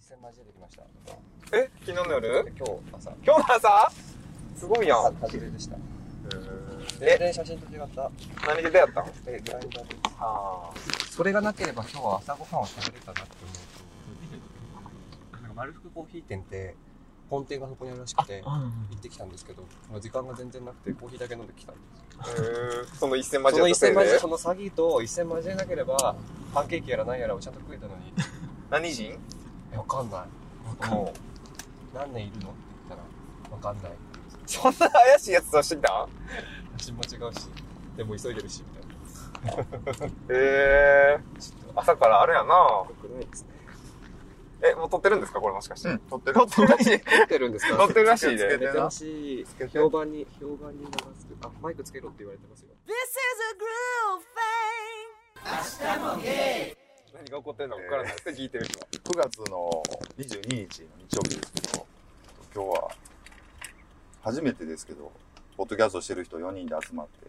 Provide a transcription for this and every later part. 線交えてきました。え昨日の夜今日朝。今日の朝すごいやん。初めでした。え全然写真と違った。何で出会ったのえ、グラインダーで。あそれがなければ今日は朝ごはんを食べれたなって思うと、なんか丸福コーヒー店って、本店がそこにあるらしくて、行ってきたんですけど、まあ時間が全然なくてコーヒーだけ飲んできたんです。ー。その一戦そ交のえ一た戦せい交え、でそ。の詐欺と一戦交えなければ、パンケーキやら何やらをちゃんと食えたのに、何人え、わかんない。もう、何年いるのって言ったら、わかんない。そんな怪しいやつとしてきた写真も違うし、でも急いでるし、みたいな。えちょっとー。朝からあれやなよくないですね。え、もう撮ってるんですかこれもしかして。うん、撮ってる撮。ってるらしい。撮ってるんです 撮ってるらしい気でをつけ。出てほしいつけて評判に評判に流すあマイクつけろって言われてますよ This is a groove thing. 何が起こってるのか分からないって聞いてる人は。 9月の22日の日曜日ですけど、今日は、初めてですけど、ポッドキャストしてる人4人で集まって、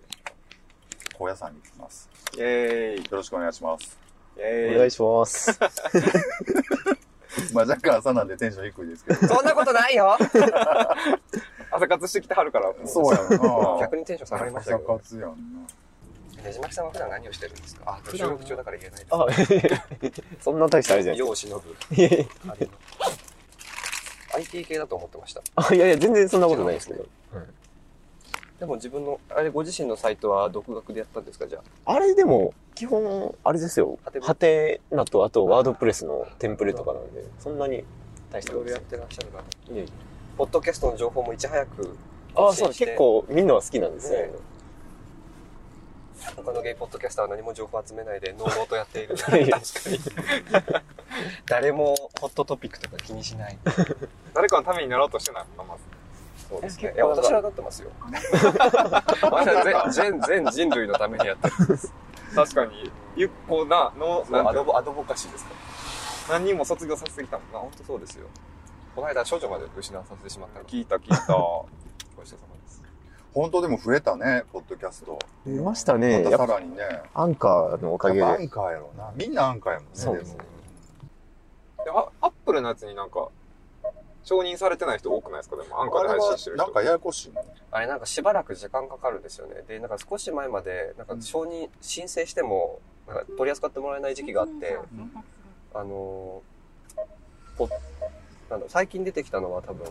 高野山に行きます。イェーイ。よろしくお願いします。イェーイ。お願いします。まあ若干朝なんでテンション低いですけど。そんなことな いよ朝活してきてはるから。 そうやんな。逆にテンション下がりました朝けど活やんな。ねじまきさんは普段何をしてるんですかあ普収段は録中だから言えないですあ、 そんな大したあれじゃない世を忍ぶあれの IT 系だと思ってましたあ、いやいや、全然そんなことないですけど。でも自分のあれご自身のサイトは独学でやったんですかじゃあれでも、基本、あれですよハテ。ナハテナと、あと、ワードプレスのテンプレとかなんで、そんなに大しあいたろこいろやとですってらよ。っしゃるからいやいやポッドキャストの情報もいち早くあ、発そ信うだ、して結構、見るのは好きなんですねね。他のゲイポッドキャスターは何も情報集めないで、ノーノーとや っている。いやいや誰もホットトピックとか気にしない。誰かのためになろうとしてないのまず。そうですね。結構いや、私はなってますよ。私 は全、全、全人類のためにやってる。確かに。ゆっこな、の、な アんかドボ、アドボカシーですか何人も卒業させてきたもんら。まあ、な。本当そうですよ。この間、少女まで失わさせてしまったので、聞いた聞い た。ごちそうさまです。本当でも増えたね、ポッドキャスト。見ましたまね。たやっさぱ、らにね。アンカーのおかげやっぱアで。ンカーやろうな。みんなアンカーやもんね。そうでですもであアップルのやつになんか、承認されてない人多くないですかでも、アンカーで配信してるあれは人。なんかややこしいもんね。あれ、なんかしばらく時間かかるんですよね。で、なんか少し前まで、なんか承認、申請しても、なんか取り扱ってもらえない時期があって、あのーポなんだ最近出てきたのは多分、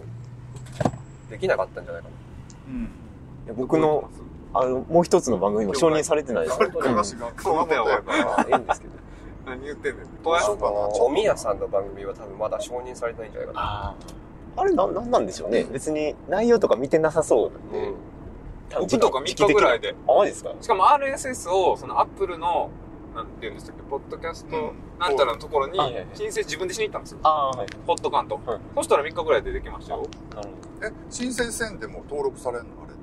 できなかったんじゃないかな。うん。いや僕の、あの、もう一つの番組も承認されてないですよ。うん話が変わったよ。まあ、いいんです けど。何言ってんねん。どうしあよのうかなー、おみやさんの番組は多分まだ承認されてないんじゃないかな。ああれ、なん、なんなんでしょうね。別に、内容とか見てなさそうう。ん僕とか3日ぐらいで。あ、マジですかしかも RSS を、そのアップルの、なんて言うんでしたっけ、ポッドキャスト、なんたらのところにあはいはい、申請自分でしに行ったんですよ。ああー、はい。ホットカントはい。そしたら3日ぐらいでできましたよ。なるほど。え、申請せんでも登録されんのあれっ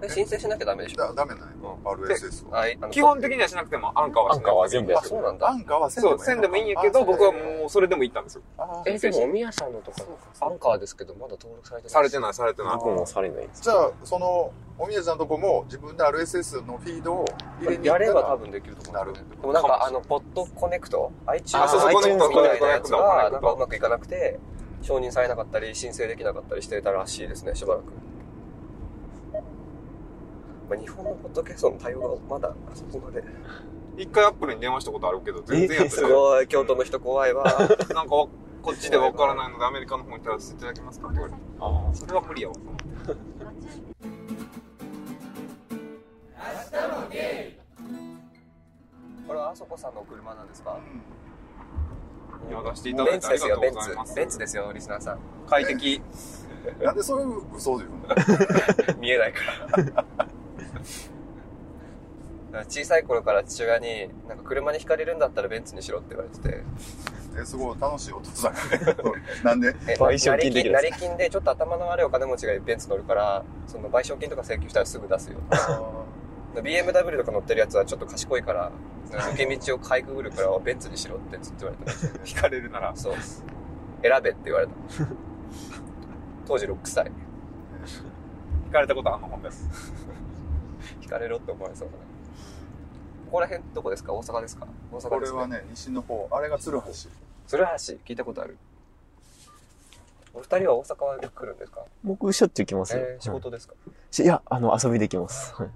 で申請しなきゃダメでて。しだ、ょ。ダメなんや。RSS は。あいあの基本的にはしなくてもアンカーはしアなンいカーは全部やあ、ってるそうなんアだ。ンカーはせんでそもう、せんでもいいんやけど、僕はもうそれでも行ったんですよ。うえ、でも、おみやさんのとか、アンカーですけど、まだ登録されてない。されてい。ない、されてない。僕もされないです。じゃあ、その、おみやちゃんのとこも自分で RSS のフィードを入れに行やったられば多分できると思うんですよね。でもなんか、あの、ポッドコネクト ?iTunes あそうそうコネクトみたいなやつコネクトが、コネクトなんかうまくいかなくて、承認されなかったり、申請できなかったりしてたらしいですね、しばらく。まあ、日本のポッドキャストの対応がまだ、あそこまで。一回アップルに電話したことあるけど、全然やってすない。ごい、京都の人怖 いわ。なんかわ、こっちでわからないので、アメリカの方に行らせていただけますかって言われて。あそれは無理やわ。これはあそこさんの車なんですかいや、出していただベいンてツあでりすがよ、とベうンございます。ツ。ベンツですよ、リスナーさん。快適。うんなんでそれ嘘で言うの見えないから。 だから小さい頃から父親に、なんか車に惹かれるんだったらベンツにしろって言われてて、え、すごい楽しいお父さんやね なんでえ、賠償成金でき金るやつ成金でちょっと頭の悪いお金持ちがベンツ乗るから、その賠償金とか請求したらすぐ出 すよ。BMW とか乗ってるやつはちょっと賢いから、抜け道をかいくぐる からベンツにしろってずっと言われてた。惹かれるなら。そう。選べって言われた。当時6歳。惹かれたことはあんま本です。惹かれろって思われそうだね。ここら辺どこですか大阪ですか大阪こでれす、ね。はね、西の方、あれが鶴橋。鶴橋聞いたことあるお二人は大阪は来るんですか僕、しょっちゅう来ますよ。えー仕事ですかはいいや、あの、遊びできます。はい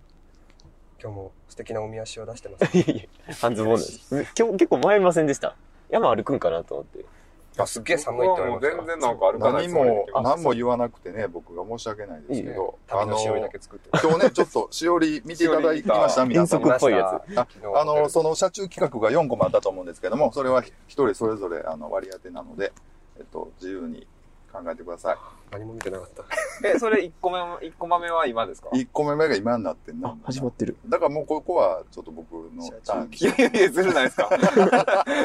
今日も素敵なおみ足を出してます。いやいや、半ズボンなんです。今日結構迷いませんでした。山歩くんかなと思って。 あ、すっげえ寒いって思いました僕はもう全。然なんか歩かない何も、あ何も言わなくてね、僕が申し訳ないですけど、旅のの、しおりだ今け作って日ね、ちょっとしおり見ていただきました、皆遠さん足。っぽいやつああの、その車中企画が4個もあったと思うんですけども、それは一人それぞれあの割り当てなので、えっと、自由に考えてくださ何も見てなかった。え、それ1個目も、一個豆は今ですかい。1個目目が今になってんなあ、。始まってる。だからもうここはちょっと僕のターンにいやいやいや、ずるないですか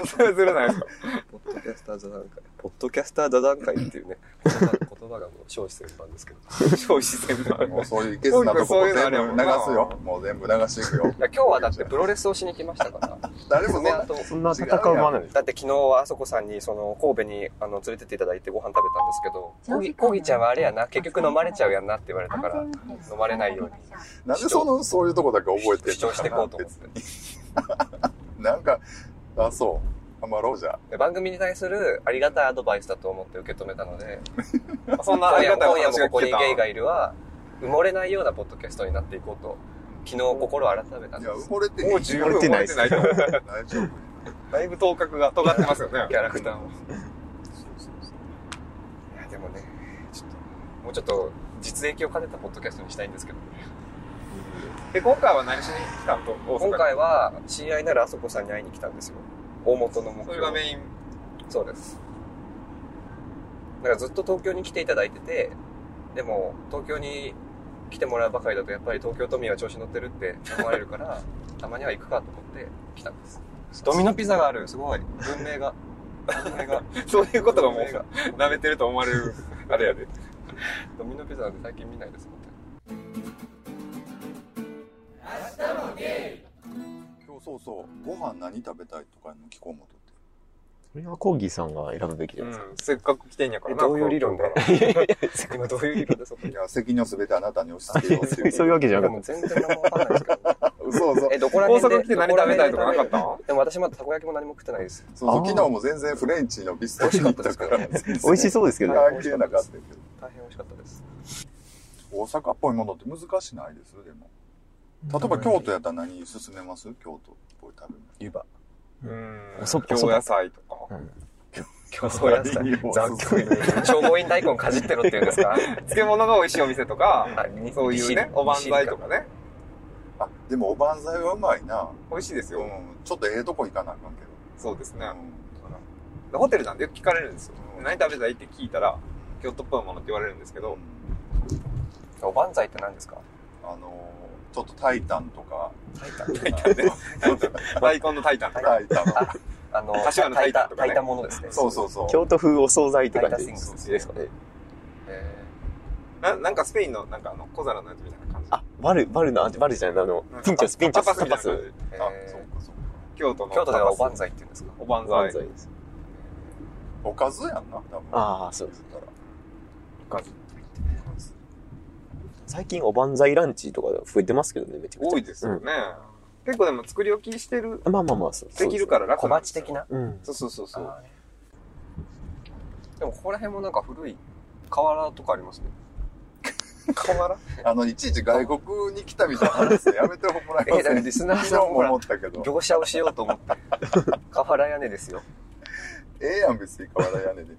それずるないです か ポッドキャスター座談会。ポッドキャスター座談会っていうね、 言葉がもう消費する番ですけど。消費戦略もうそういうケスなとこそうもいう全のある部流やもんなすよ。もう全部流していく よ。いや今日はだってプロレスをしに来ましたから。誰もそんな爪痕をそんな戦う場なんです。だって昨日はあそこさんにその神戸にあの連れてっていただいてご飯食べたんですけど、コギコギちゃんはあれやな、結局飲まれちゃうやんなって言われたから、飲まれないようになんでその、そういうとこだけ覚えて主張していこうと思って。て。なんか、あ、そう。頑張ろうじゃあ。で番組に対するありがたいアドバイスだと思って受け止めたの で、そんな今あり夜がも今たい話夜もがここ聞けにた。ゲイがいるは、埋もれないようなポッドキャストになっていこうと、昨日心を改めたんいでや、す埋。もれてもう十分漏れてない漏れでてすないと思う。大丈夫。だいぶ頭角が尖ってますよねキ。ャラクターも。いや、でもね、ちょっと、もうちょっと実益を兼ねたポッドキャストにしたいんですけど、で、今回は何しに来たんと、大阪に今回は知り合いならあそこさんに会いに来たんですよ。大元の目そ標れがメイン。そうです。なんかずっと東京に来ていただいてて、でも東京に来てもらうばかりだとやっぱり東京都民は調子乗ってるって 思われるから、たまには行くかと思って来たんです。ドミノピザがある、すごい。文明が。文明が。 そういうことがもう文明、舐めてると思われる、あれやで。ドミノピザなんて最近見ないですもんね。今日そうそう。ご飯何食べたいとかの聞こうもとって。これはコーギーさんが選ぶべきじゃうないですか。ん、せっかく来てんやからな。どういう理論でここから今どういう理論でそこにい。や、責任をすべてあなたに押し付けよう っていう。そういうわけじゃでなかっも全然何もわかんないですけど。そうそう。え、どこら大辺で阪来て何食べたいとかなかったのでも私まだたこ焼きも何も食ってないです。そうそうあー昨日も全然フレンチのビストロに行った から。た。美味しうそうですけどね。関係なかったけど。大変美味しかったです。大阪っぽいものって難しないですでも。例えば京都やったら何勧めます京都っぽい食べ湯葉。うん。おそば京野菜とか。今日そうやった。物。残消防員大根かじってろっていうんですか漬物が美味しいお店とか、はいそういうね、おばんざいと。かね。あ、でもおばんざいはうまいな。美味しいですうよ。ん。ちょっとええとこ行かなあかんけど。そうですね。うホテルなんでよく聞かれるんですよ。うん何食べたいって聞いたら、京都っぽいものって言われるんですけんど、おばんざいって何ですかあのー、ちょっとタイタンとか、 炊いた。大根の炊いたんとか、タイタンとか。あの、柏の炊いたとかね炊いたものですね。そうそうそう。京都風お惣菜って感タイじタスイングスですかね。えななんかスペインの、なんかあの、小皿のやつみたいな感じ。あ、バル、バルの、あバルじゃない、あのなん、かピンチョス、ピンチョタス、タパみたいなス。ーえあ、ーそうかそうか。京都の京都ではおばんんざいって言うんですかおばんざ漫い才です。おかずやんな、多分。ああ、そうです。だから最近おばんざいランチとか増えてますけどね、めちゃくちゃ。多いですよね、結構でも作り置きしてるうん。まあまあまあ、そう。できるからら楽小なんで鉢すよ的なうん。そうそうそうそうあーでもここら辺もなんか古い瓦とかありますね。瓦あの、いちいち外国に来たみたいな話やめてもらえまえだせからんリスナー昨さん日もも ほら思ったけど。業者をしようと思って。瓦屋根ですよ。ええやん、別に瓦屋根で。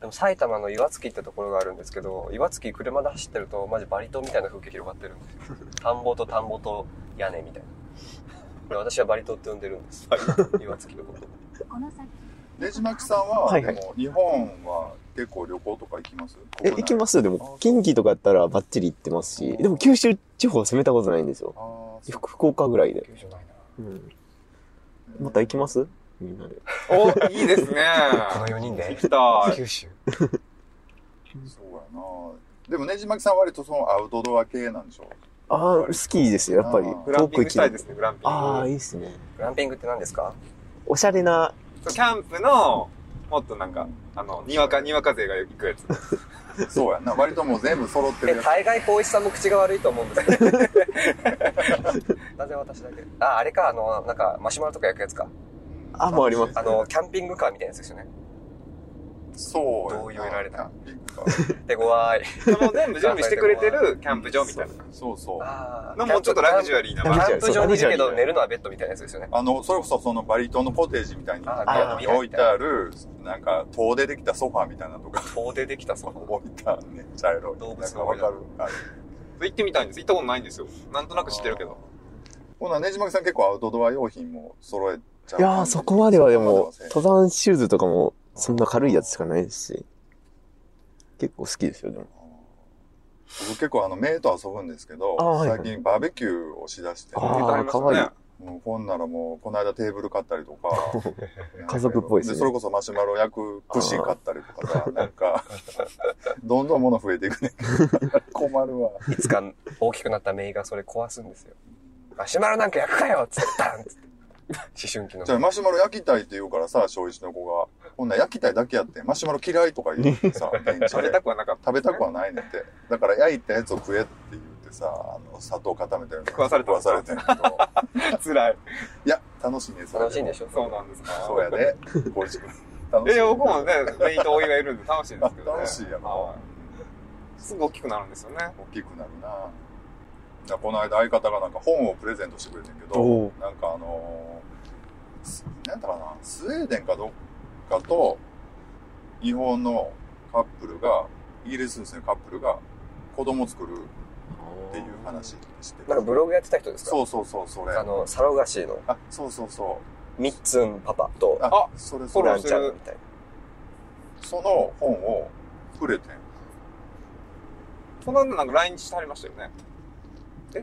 でも埼玉の岩槻ってところがあるんですけど、岩槻車で走ってるとマジバリ島みたいな風景広がってるん ですよ。田んぼと田んぼと屋根みたいな。で私はバリ島って呼んでるんです。岩槻のこと。レジマキさんは、はいはいでも、日本は結構旅行とか行きます。え、行きますすよ。でも、近畿とかやったらバッチリ行ってますし、でも九州地方は攻めたことないんですよ。あーそう福福岡ぐらいで。救助ないな。うん。また行きますみんなで。おいいですねこの4人で行きたい九州。そうやなでもねじまきさんは割とそのアウトドア系なんでしょああ、好きですよ、やっぱりあー。グランピングしたいでてすねグランピングああ、いいですね。グランピングって何ですかおしゃれな、そうキャンプのもっとなんかあのにわかにわか勢がよく行くやつそうやんな割ともう全部揃ってえる、やつ大概光一さんも口が悪いと思うんです けど。なぜ私だけあ、あれか、あの、なんかマシュマロとか焼くやつか。あもうありますあの、キャンピングカーみたいなやつですよね。そう同意を得られたキャンピングカ手強い。その全部準備してくれてるキャンプ場みたいなーそうそうあのもちょっとラグジュアリーなキャンプ場にいるけラグジュアリーどな寝るのはベッドみたいなやつですよね。あのそれこそそのバリ島のコテージみたいにあー港に置いてあるなんか遠出できたソファーみたいなのとか遠出できたそこ。置いてあるね茶色い動物なんが多かいわなかるあれ行ってみたいんです行ったことないんですよなんとなく知ってるけどほなねじまきさん結構アウトドア用品も揃えちゃういやー、そこまではでも、そこ登山シューズとかも、そんな軽いやつしかないですし、結構好きですよ、でも。僕結構あの、メイと遊ぶんですけどあーはい、はい最近バーベキューをしだして、あー行ってりますよねかわ、もうこんならもう、この間テーブル買ったりとか家族っぽいですねそれこそマシュマロ焼く串買ったりとかさ、なん か、どんどん物増えていくねんけど。 困るわ。いつか大きくなったメイがそれ壊すんですよ。マシュマロなんか焼くかよつってバンつって。思春期のじゃあマシュマロ焼きたいって言うからさ、小一の子が。こんなん焼きたいだけやって、マシュマロ嫌いとか言って さ、ベンチ食べでた。くはなかった食べたくはないねんって。だから焼いたやつを食えって言ってさ、あの、砂糖固めたやつ食わされた食わされてんけど。 辛いいや、楽しいね、それも楽しいんでしょそうなんですかそうやで。ご自分。楽いや僕もねメイとおいがいるんで楽しいんですけど、ね、楽しいやなは。すぐ大きくなるんですよね大きくなるな。いやこの間相方がなんか本をプレゼントしてくれてんけおうど、なんかあのーすなんだかな、スウェーデンかどっかと、日本のカップルが、イギリス人のカップルが子供作るっていう話しててなんかブログやってた人ですかそうそうそう、それ。ああの、サロガシーのそうそうそミッツンパパとう。あ、あそれフそォロラーンれ。ちゃんみたいな。その本をくれてん。この間なんか来日してはりましたよねうん。え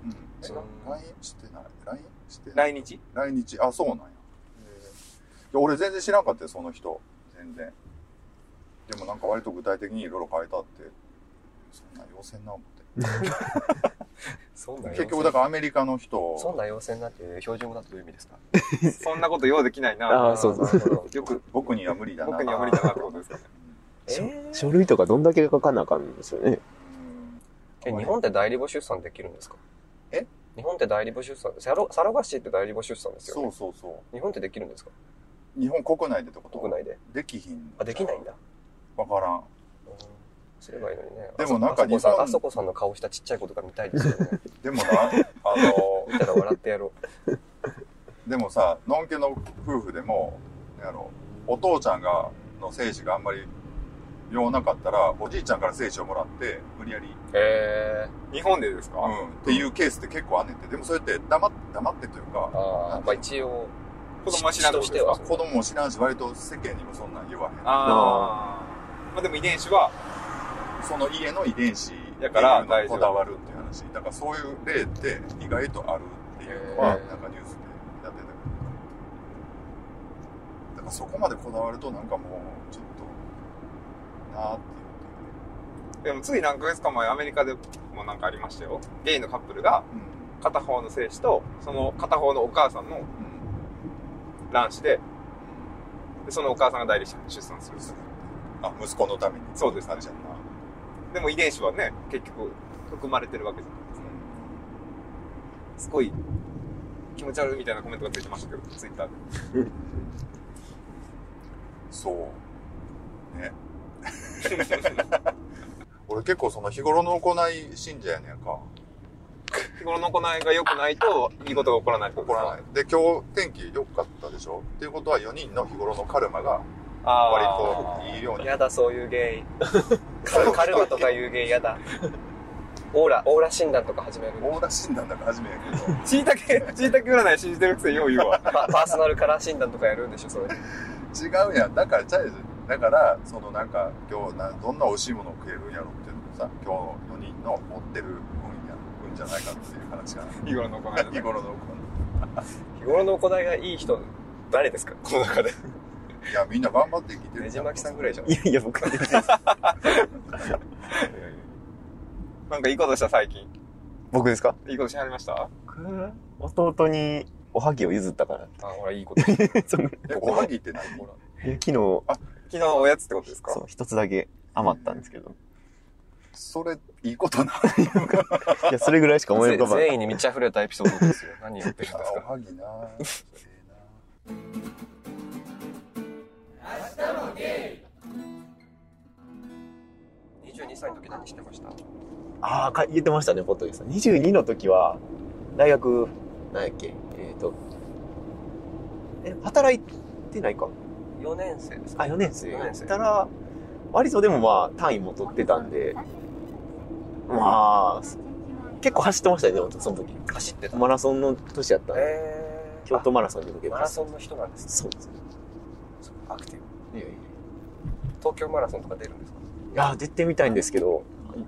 違う来日してない来日してない来 日来日あそうなんやいや俺全然知らんかったよその人全然でもなんか割と具体的にいろいろ書いてあってそんな要請な思ってそんな結局だからアメリカのそん人な妖精になって標準語だとどういう意味ですかそんなことようできないなあーそうそ うそう。よく僕には無理だな僕には無理だなってことですかねえしょー書類とかどんだけ書かなあかんんですよね。うんえ、日本って代理母出産できるんですかえ日本って代理母出産、サロサロガシーって代理母出産ですよ、そねう。そうそ日本ってできるんですかう日本国内でってこと国内で。できひんあ、できないんだ。わからんうんすればいいのにね。でもなんかあそこさ日ん、本あそこさんの顔したちっちゃい子とか見たいですよ ね。でもなあの見たら笑ってやろでもさのんけの夫婦でもあのお父ちゃんがの精子があんまり用なかったらおじいちゃんから精子をもらって無理やりう。へえ。日本でですか、うん、っていうケースって結構あんねんて。でもそれって黙っ黙ってというか、ああ、まあ一応。子供は知らんこ父ととですかしては子供も知らんし、割と世間にもそんなん言わへああまあでも遺伝子はん。その家の遺伝子やからっていうのにこだわるっていう話。だからそういう例って意外とあるっていうのは、へーなんかニュースでやってたけど。だからそこまでこだわるとなんかもう、ちょっと、なーってでもつい何ヶ月か前アメリカでもなんかありましたよゲイのカップルが言って。片方の精子とその片方のお母さんのうん。うん。卵子ででそのお母さんが代理出産するあ、息子のために。そうですねあれじゃんな。でも遺伝子はね結局含まれてるわけじゃないすごい気持ち悪いみたいなコメントがついてましたけどツイッターでそう。 ね。俺結構その日頃の行い信者やねんか。日頃の行いが良くないといいことが起こらないってこ怒とらない。で、今日天気良かったでしょっていうことは4人の日頃のカルマが割あといいように。やだ、そういう原 因。カカルマとかいう原因やだ。オーラ、オーラ診断とか始める。オーラ診断だから初めやけど。としいたけしいたけ占い信じてるくせによう言うわパパーソナルカラー診断とかやるんでしょ、それ。違うやん。だから、ちゃうやんだから、そのなんか、今日な、どんな美味しいものを食えるんやろっていうのをさ、今日4人の持ってる運や、運じゃないかっていう話か日頃の行いなだ。ね日頃の行日頃の行いがいい人、誰ですかこの中で。い。いや、みんな頑張って生きてる。ねじまきさんぐらいじゃんい。やいや、僕はできないです。なんかいいことした最近僕ですか いいことしはりました僕は弟におはぎを譲ったから。あ、ほら、いいこと。 そのえ、おはぎって何ほら。いや昨日、そ昨日おやつってことですかう、一つだけ余ったんですけど。それ、いいことないいや、 それぐらいしか思い浮かばない。善意に満ち溢れたエピソードですよ。何言ってるんです かおはぎなぁ。ええな22歳の時何してましたああ、か言ってましたね、ポッドキャスト。22の時は、大学、何やっけ、えっ、と、え、働いてないか。 ?4 年生ですあ、か4年生。 4年生たら、割とでもまあ、単位も取ってたんで、まあ、結構走ってましたね、でも、その時。走ってた。マラソンの年やったんで、えー、京都マラソンに向けあて。マラソンの人なんですねそうですね。アクティブ。いやいや東京マラソンとか出るんですかいや、出てみたいんですけど、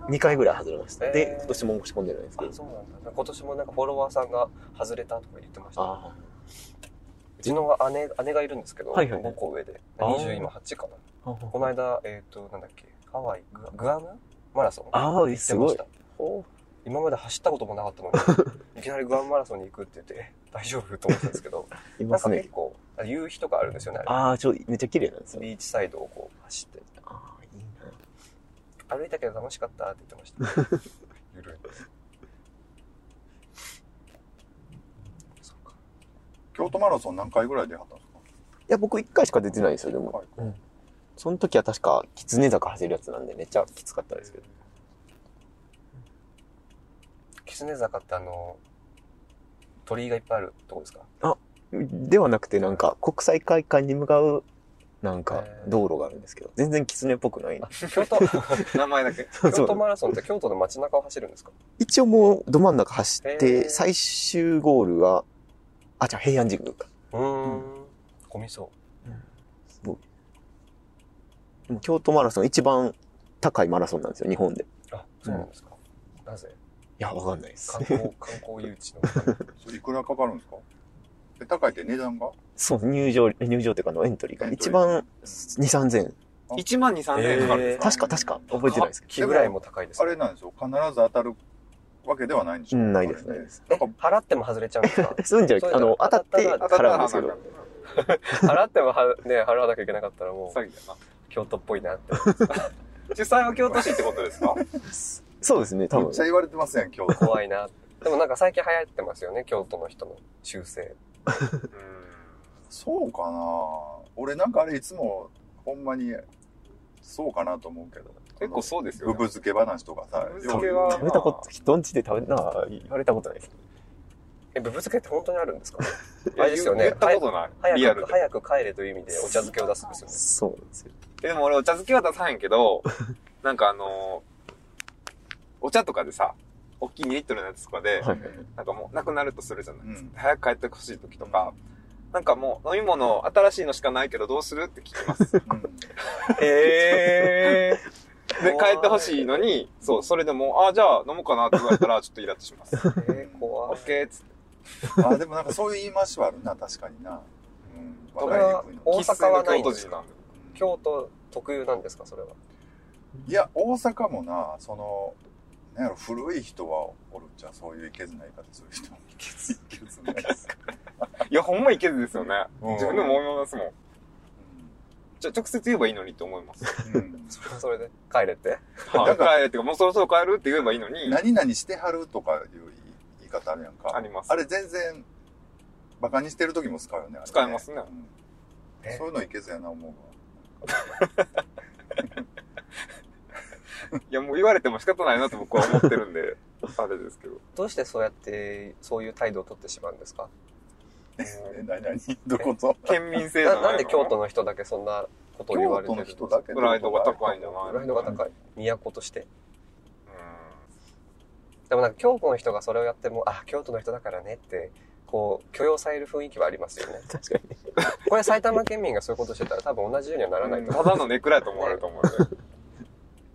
2回ぐらい外れました。えでー、今年も申し込んでないんですけどあ。そうなんだ今年もなんかフォロワーさんが外れたとか言ってましたうあちの姉姉がいるんですけど、はいはいはい5個上であー20今8かなあ。この間えっ、となんだっけハワイグアグアムマラソンああ、行ってすまごしいた。お今まで走ったこともなかったの にいきなりグアムマラソンに行くって言ってえ大丈夫と思ったんですけどいな まんかす結ね。構夕日とかあるんですよねあああ、ちょ、めっちゃ綺麗なんですれよ。ビーチサイドをこう走ってああ、いいな。歩いたけど楽しかったって言ってました ゆるいそうか 京都マラソン何回ぐらい出はったんですかいや、僕1回しか出てないんですよ、でも。うんその時は確か、狐坂走るやつなんで、めっちゃきつかったですけど。狐坂ってあの鳥居がいっぱいあるとこですかではなくて、なんか、国際会館に向かう、なんかえ、ー道路があるんですけど、全然狐っぽくない。京 都名前だけ。そうそ京都う。マラソンって京都の街中を走るんですか一応もう、ど真ん中走っえーて、最終ゴールが、あ、じゃあ平安神宮か。うーん混みそでも京都マラソン一番高いマラソンなんですよ、日本で。いうあそうなんですか、なぜや、わかんないです観。光観光誘致のそれいくらかかるんですかで高いって値段がそう、入場、入場っていうかあのエントリーエがントリー一番2、3000円。 1万2、3千円かかるんですか確か確か覚えてないですけ木ぐらいも高いですあれなんですよ必ず当たるわけではないんでしょど。うん、ないです、あなれいねです。え払っても外れちゃうんですかそういうんじゃなくて、あの、当たって当たったら払うんですけど。 払ってもはね払わなきゃいけなかったらもう詐欺だ京都っぽいなって な。主催は京都市ってことですかそうですね、多めっ分ち。ゃ言われてますやん京都怖いなでもなんか最近流行ってますよね京都の人の修正うん。 そうかな俺なんかあれいつもほんまにそうかなと思うけど結構そうですよ、ブね。ブ漬け話とかさぶぶ漬けはよう食べたこと、人んちで食べ、なあ、言われたことないです。えぶぶ漬けって本当にあるんですかいやあれですよね言ったことない。リア早ルくで。早く帰れという意味でお茶漬けを出すんですよねそうなんですよ。えでも俺お茶漬けは出さへんけ ど、なんかあのーお茶とかでさ、大きい2リットルのやつとかで、はい。なんかもうなくなるとするじゃないですか。うん早く帰ってほしい時とか、なんかもう飲み物新しいのしかないけどどうするって聞き ます。うんえー、で、怖い帰ってほしいのに、そう、それでも、あ、じゃあ飲もうかなって言われたらちょっとイラッとします。えー、 オ怖いッケーっつって。あでもなんかそういう言い回しはあるな確かにな、うん、それは笑いにくい大の阪はないんです生粋の京都人なんで。京都特有なんですかそれはい や大阪もなそのなんやろ古い人はおるんじゃんそういういけずな言い方する人いけずいけずないですか、いや、ほんまいけずですよね。うん自分でも思いますもん。じゃ直接言えばいいのにって思います。うんそれはそれで帰れってはい、帰れってか、もうそろそろ帰るって言えばいいのに。何々してはるとかいう言い方あるやんかありますあれ全然バカにしてる時も使うよねあれね使いますねうんえそういうのいけずやな思うわいや、もう言われても仕方ないなと僕は思ってるんで、 あれですけど。どうしてそうやってそういう態度を取ってしまうんですかえ何々どこと県民性じゃなないのなんで京都の人だけそんなことを言わ京れて都るの人だけプライドが高いんじゃプなラいイのドが高い都としてでもなんか京都の人がそれをやってもあ京都の人だからねってこう許容される雰囲気はありますよね確かに。これ埼玉県民がそういうことしてたら多分同じようにはならないとただのネクラやと思われると思うよね。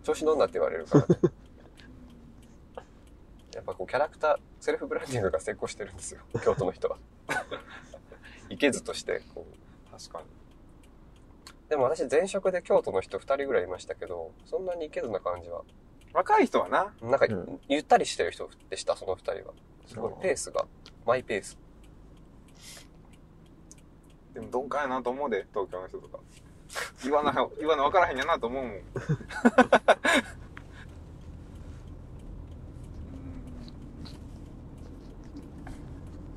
調子乗んなって言われるからね やっぱこうキャラクターセルフブランディングが成功してるんです よ京都の人はいけずとしてこう確かに。でも私前職で京都の人2人ぐらいいましたけどそんなにいけずな感じは若い人はな、なんかうんゆったりしてる人でしたその2人はすごいペースがマイペースでも鈍感やなと思うで、東京の人とか。言わな、言わな分からへんやなと思うもん。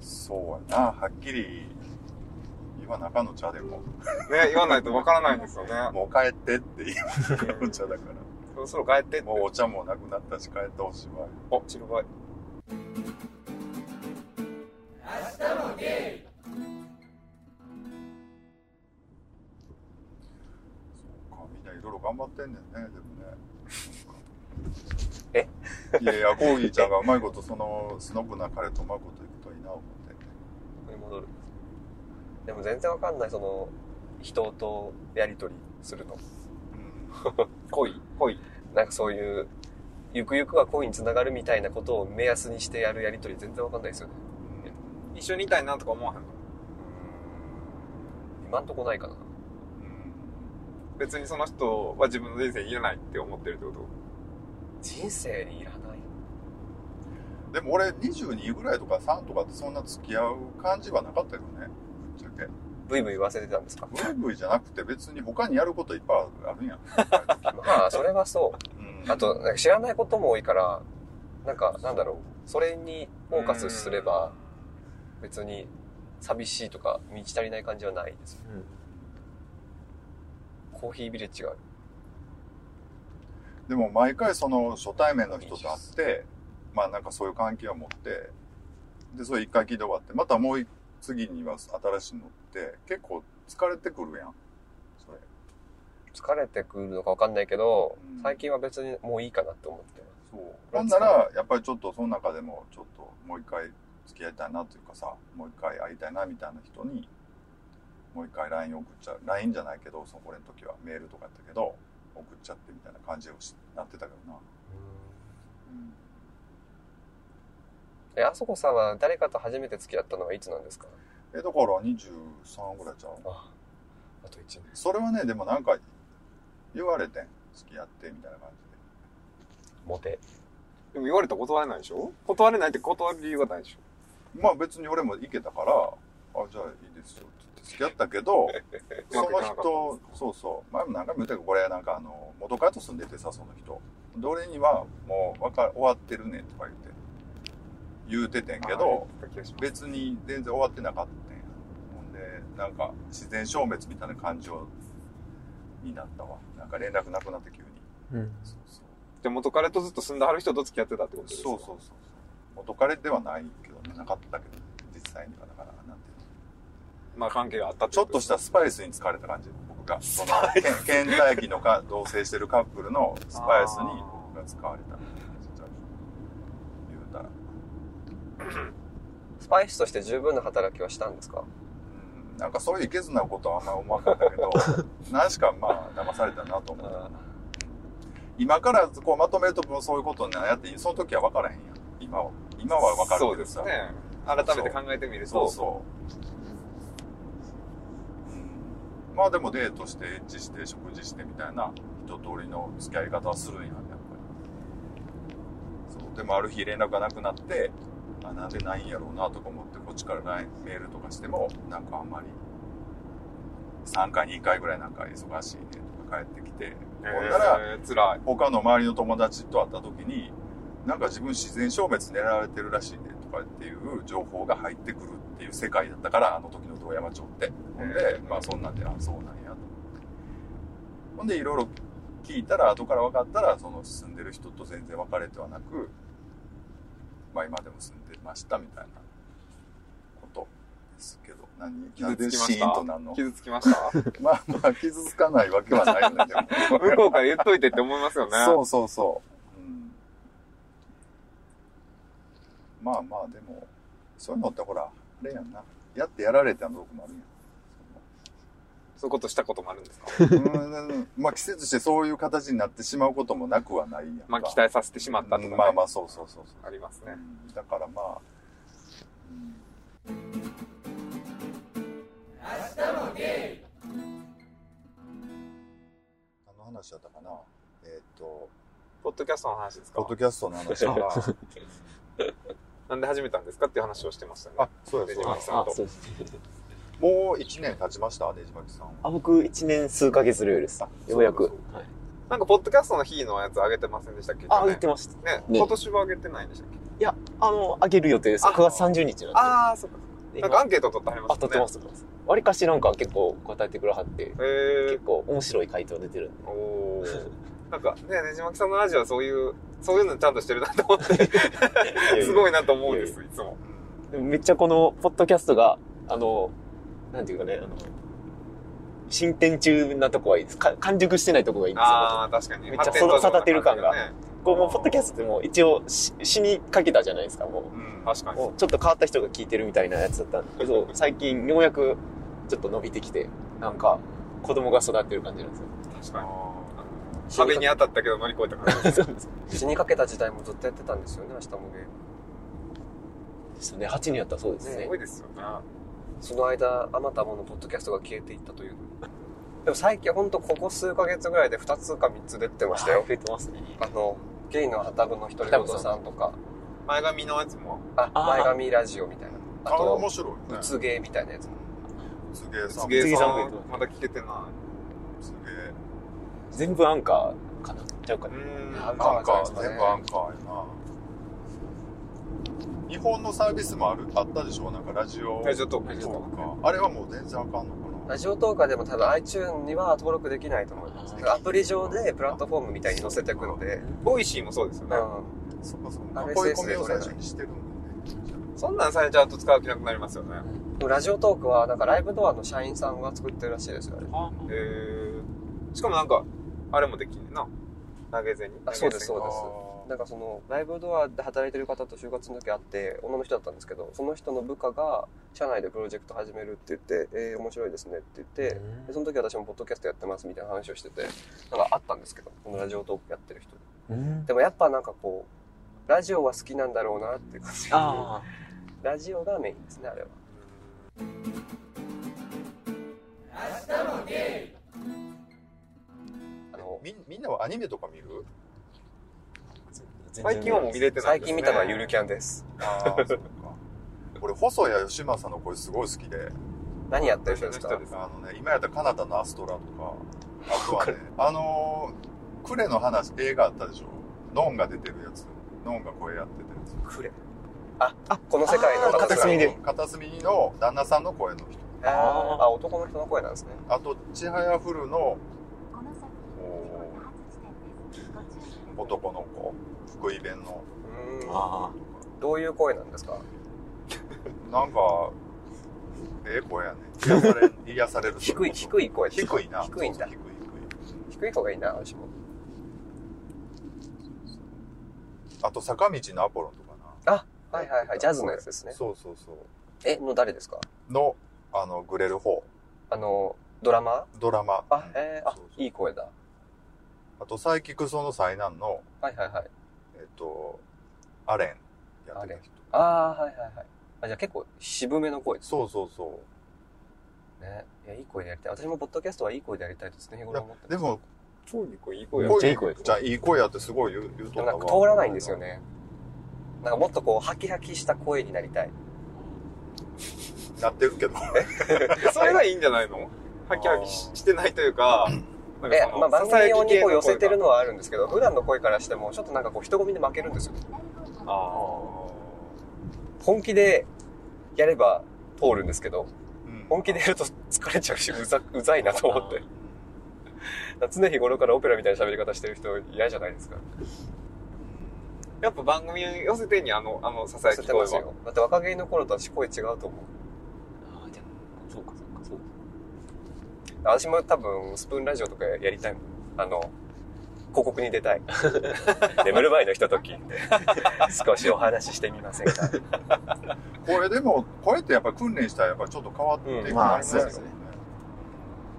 そうやなはっきり言わなあかんのちゃうでもね、言わないと分からないんですよね。もう帰ってって言わなあかんのちゃうだから そろそろ帰ってってもうお茶もなくなったし帰ってほしいわ。あ、白バイ。そうかみんないろいろ頑張ってんねんね、えでもね。いやいや、コーギーちゃんがうまいこと、その、スノブな彼とうまいこといくといいな、思って。これ戻る。でも全然わかんない、その、人とやりとりするの。う恋恋なんかそういう、ゆくゆくは恋につながるみたいなことを目安にしてやるやりとり全然わかんないですよね。一緒にいたいなとか思わへんの今んとこないかな。ん。うん。別にその人は自分の人生にいらないって思ってるってこ人生にいらない。でも俺、22ぐらいとか3とかってそんな付き合う感じはなかったよね。ぶっちゃけ。ブイブイ言わせてたんです かブイブイじゃなくて別に他にやることいっぱいあるやん。まあ、それはそう。うんあと、、なんか知らないことも多いから、なんか、なんだろう。それにフォーカスすれば、別に寂しいとか、満ち足りない感じはないですよ。コーヒービレッジがある。でも毎回その初対面の人と会って、まあなんかそういう関係を持って、で、それ一回聞いて終わって、またもう一次には新しいのって、結構疲れてくるやん。それ。疲れてくるのかわかんないけどうん、最近は別にもういいかなって思ってます。そう。ほんなら、やっぱりちょっとその中でも、ちょっともう一回付き合いたいなというかさ、もう一回会いたいなみたいな人に、もう一回 LINE 送っちゃう。LINE じゃないけど、そこの時はメールとかやったけど、送っちゃってみたいな感じをしなってたけどな。うんえ、あそこさんは誰かと初めて付き合ったのはいつなんですかえ、だから23ぐらいちゃうあ、あと1年。それはね、でもなんか、言われてん。付き合って、みたいな感モテ。とでも言われたら断れないでしょ断れないって断る理由がないでしじで。まあ別に俺も行けたから、あ、じゃあいいですよ、って言って付き合ったけど、ょそのう人、そうそう、前も何回も言ったけど、これなんかあの、元カレと住んでてさ、その人。で、俺には、もう、わか、終わってるね、とか言って。言うててんまくけいかなかったど、あー言った気がします別に全然終わってなかったんや。ほんで、なんか、自然消滅みたいな感情になったわ。なんか連絡なくなって急に。うん。そうそう。じゃあ元彼とずっと住んではる人と付き合ってたってことですかそうそうそうそう元彼ではないけどねなかったけど実際にはだからなんていうのまあ関係があったちょっとしたたスパイスに疲れた感じ僕 がそのけん倦怠期のか同棲してるカップルのスパイスに僕が使われた実は言うたらスパイスとして十分な働きはしたんですかうんなんかそういういけずなことはあんま思わなかった けど何しかまあ騙されたなと思う今からこうまとめるとそういうことになやってその時は分からへんやん今は今は分かるけどそうですね改めて考えてみるとそうそう、うん、まあでもデートしてエッチして食事してみたいな一通りの付き合い方はするんややっぱりそうでもある日連絡がなくなってあなんでないんやろうなとか思ってこっちから LINE メールとかしてもなんかあんまり3回に1回ぐらいなんか忙しいねとか帰ってきてほんならえー、辛い他の周りの友達と会った時になんか自分自然消滅狙われてるらしいねとかっていう情報が入ってくるっていう世界だったからあの時の堂山町ってほんでまあそんなんであそうなんやと思ってほんでいろいろ聞いたら後から分かったらその住んでる人と全然別れてはなくまあ今でも住んでましたみたいなことですけど何傷つきまなんでしシーンとなんたの 傷つきました まあまあ傷つかないわけはないよねでも向こうから言っといてって思いますよねそうそうそう、うん、まあまあでもそういうのってほらあれやんなやってやられたのとこもあるそういうことしたこともあるんですかやんうん うんまあ季節してそういう形になってしまうこともなくはないやんかまあ期待させてしまったとか、うんまあまあそうそうそうそうありますねうんだからまあ、うん何の話だったかなえっ、とポッドキャストの話ですかポッドキャストの話だ からなんで始めたんですかっていう話をしてましたねあそうでですじまきさんあ、とそうです。もう1年経ちましたねじまきさんはあ、僕、1年数ヶ月ルールです。ようやく。はいなんかポッドキャストの日のやつ上げてませんでしたっけ去あ、言年ってました。ねね今年は上げてないんでしたっけいや、あの、あげる予定です。あ9月30日なんああそっかで。なんかアンケート取ってはりまあ、した撮ってまねす、撮ってます。わりかしなんか結構答えてくれはって、へえ結構面白い回答出てるんで。おおなんかね、ねじまきさんのアジアはそういう、そういうのちゃんとしてるなと思って、 すいごいなと思うんです、いつも。や。めっちゃこの、ポッドキャストが、あの、なんていうかね、あの、進展中なとこはいいです。か完熟してないとこがいいんですよ。ああ、確かに。めっちゃ育育てる感が発展途上な感じね。こうもうポッドキャストってもう一応し死にかけたじゃないですかもうん確かうに。もうちょっと変わった人が聞いてるみたいなやつだったんですけど最近ようやくちょっと伸びてきてなんか子供が育ってる感じなんですよ確かに。死壁ににか当たったけど乗り越え た感じ。そうです死にかけた時代もずっとやってたんですよね、明日もね。ですよね8人やったらそうですねすごいですよね。その間、あまたものポッドキャストが消えていったというのに。でも最近ほんとここ数ヶ月ぐらいで2つか3つ出てましたよ増。えてますねあの、ゲイの旗部の独り言さんとか、前髪のやつも、あ、あー前髪ラジオみたいな。ああれ面と、白いね。うつゲーみたいなやつ。すげえさすん。げえさ杉井さんん、まだ聞けてなすげえ。全部アンカーかなちゃうかい。うねん。なんアンカそうー、ですね全部アンカーやな。日本のサービスもあるあったでしょなんかラジオ。ラジオトークラジオとか。あれはもう全然あかんのかなラジオトーカーでも多分 iTune には登録できないと思います。アプリ上でプラットフォームみたいに載せていくので、ボイシーもそうですようね。ん。そっかそっか。 RSS 声込みを最初にしてるんだよね。そんなんされちゃうと使う気なくなりますよね。でもラジオトークはなんかライブドアの社員さんが作ってるらしいですよね。えー、しかもなんか、あれもできんねんな。投げ銭。あそうです投そうですなんかそのライブドアで働いてる方と就活の時あって女の人だったんですけどその人の部下が社内でプロジェクト始めるって言って「えー、面白いですね」って言ってでその時私もポッドキャストやってますみたいな話をしててなんかあったんですけどこのラジオトークやってる人うんでもやっぱなんかこうラジオは好きなんだろうなっていう感じあラジオがメインですねあれはあのみみんなはアニメとか見るあ最近はもう見れてな最いです近ね見たのはゆるキャンですああ、そうか。俺、細谷義正の声すごい好きで、何やってる人ですかあのね、今やったらカナダのアストラとか、あとはね、あのー、クレの話、映画あったでしょノンが出てるやつ。ノンが声やってたやつ。クレああこの世界のあー片隅で片隅の旦那さんの声の人。あーあ男の人の声なんですねあと、ちはやふるの男の子。福井弁の。うーんあどういう声なんですかなんか、ええ声やね。癒され、癒される。低い低い。い声低いな。低いんだ低い低い。低い方がいいな私もあと、坂道のアポロンとかな。はいはいはいジャズのやつですねそうそうそう。えの誰ですかの、あの、グレる方、あのドラマドラマ。あえー、あそうそういい声だあと、サイキクソの災難の、はいはいはいえっと、アレン、やってた人。ああーはいはいはいあじゃあ結構渋めの声ですそうそうそねいやいい声でやりたい私もポッドキャストはいい声でやりたいと常日頃思ってまう。すでも、超にこいいめ声やっちゃいい声ですじゃあいい声やってすごい言う言うでもとなったんわか通らないんですよ。ねなんかもっとこうハキハキした声になりたいなってるけど。それがいいんじゃないのハキハキししてないというか、なんかえそのまあ番組用にこう寄せてるの。のはあるんですけど普段の声からしてもちょっとなんかこう人混みで負けるんですよあ本気でやれば通るんですけどうん本気でやると疲れちゃうし、うざ、うざいなと思って。常日頃からオペラみたいな喋り方してる人嫌じゃないですか。あ。やっぱ番組に寄せてんにあの、あの、ささや捨きて声まはす。よ。だって若芸の頃とは声違うと思う。あじゃあそうかそうかそうか私も多分、スプーンラジオとかやりたいもん。あの、広告に出たい。 眠る前のひととき、 少しお話ししてみませんか。これでも、これってやっぱり訓練したらやっぱちょっと変わっていくうんまあそうですね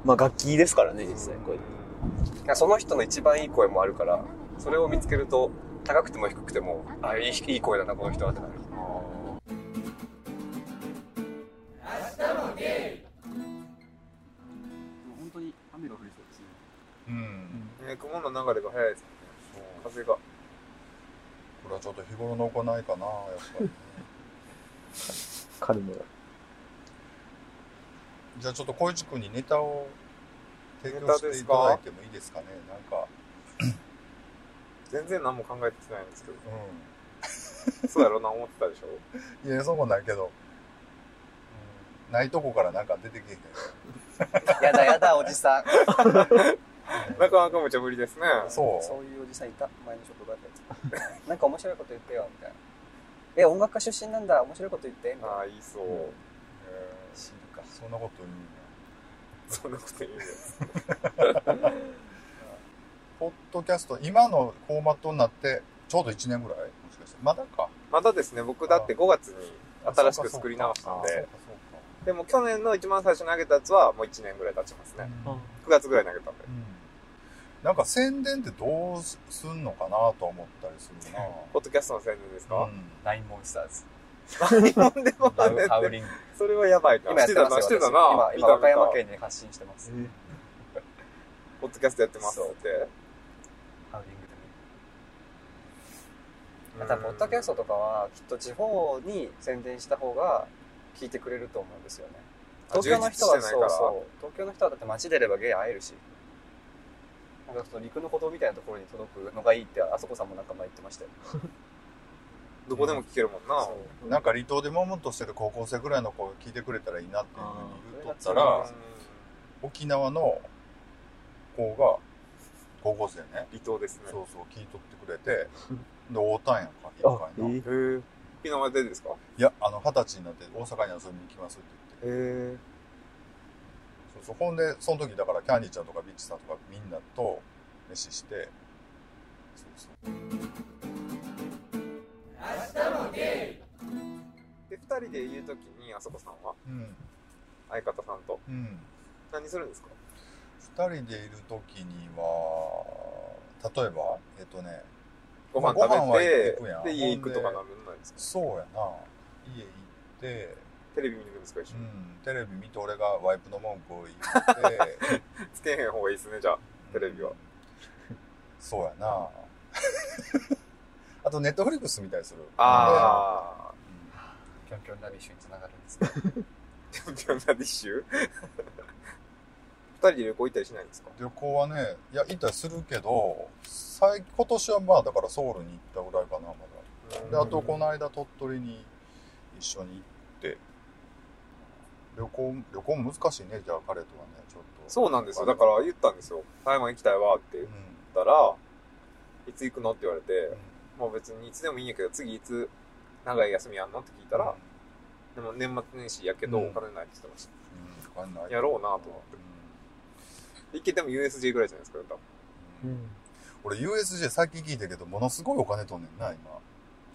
まあ楽器ですからね実際これその人の一番いい声もあるから、それを見つけると、高くても低くても、あ、いいいい声だな、この人はってなる。本当に雨が降りそうですね。うん。ね、雲の流れが早いですね。風が。これはちょっと日頃の行いかな、やっぱり。軽めだじゃあちょっと小市君にネタを提供していただいてもいいですかね。なんか、全然何も考えてないんですけど。うん。そうやろうな、思ってたでしょいや、そこないけど、ないとこからなんか出てきてやだやだ、おじさん。なかなか無茶ぶりですね。そそういうおじさんいた前の職場で。 なんか面白いこと言ってよ、みたいな。え、音楽家出身なんだ、面白いこと言って、みたいな。ああ、言いそう。知るか。そんなこと言うんやそんなこと言うんです。ポッドキャスト、今のフォーマットになって、ちょうど1年ぐらいもしかして。まだか。まだですね、僕だって5月に新しく作り直したんそうでか、そうかでも去年の一番最初に投げたやつはもう1年ぐらい経ちますそうかね。うん9月ぐらいに投げたんで。うんなんか宣伝ってどうすんのかなと思ったりするな。ポッドキャストの宣伝ですか、うナインモンスターズ。何んでもハなウんでハウって。リング。それはやばいな。今やってますよ。してたな私。今、見今た和歌山。県に発信してます。ポッドキャストやってますって。ハウリングでね。また、ポッドキャストトとかは、きっと地方に宣伝した方が、聞いてくれると思うんですよね。東京の人は、そうそう。東京の人はだって街出ればゲイ会えるし。なんかその陸の歩道みたいなところに届くのがいいって、あそこさんもなんか前言ってましたよ。どこでも聞けるもんな。そううんなんか離島でもむんとしてる高校生ぐらいの子が聞いてくれたらいいなっていうふうに言うとったあらー、沖縄の子が、高校生ね、離島ですね。そうそう聞いとってくれ て、で、会うたんやんか、一回な。えいへーえ。沖縄でですかや、あの、二十歳になって大阪に遊びに行きますって言って。え。そうそうほんで、その時だから、キャンディーちゃんとかビッチさんとかみんなと飯して、そうそう。で、二人で言うときに、あそこさんはうん。相方さんとうん。何するんですか二人でいる時には、例えば、えっとね、ご飯まあご飯食はべ行てくやん、で、家行くとかなんないんですかそうやな、家行って、テレビ見るんですか一う緒に。ん、テレビ見て俺がワイプの文句を言って、つけへん方がいいですね、じゃあ。 テレビは。そうやな。 あと、ネットフリックス見たりする。ああ。ぴょんぴょんラビッシュにつながるんですけどチ ャンピオンなディッシュ二人で旅行行ったりしないんですかうん旅行はね、いや、行ったりするけど、最今年はまあ、だからソウルに行ったぐらいかな、まだ。で、あと、この間、鳥取に一緒に行って、旅行、旅行も難しいね、じゃあ彼とはね、ちょっと。そうなんですよ。だから言ったんですよ。台湾行きたいわって言うっんたら、いつ行くのって言われて、うまあ別にいつでもいいんやけど、次いつ長い休みやんのって聞いたら、でも年末年始やけどうんお金ないって言ってましん、わかんないやろうなと思ってうた。行けても USJ ぐらいじゃないですか、多分ん俺 USJ さっき聞いたけどものすごいお金取んねんな今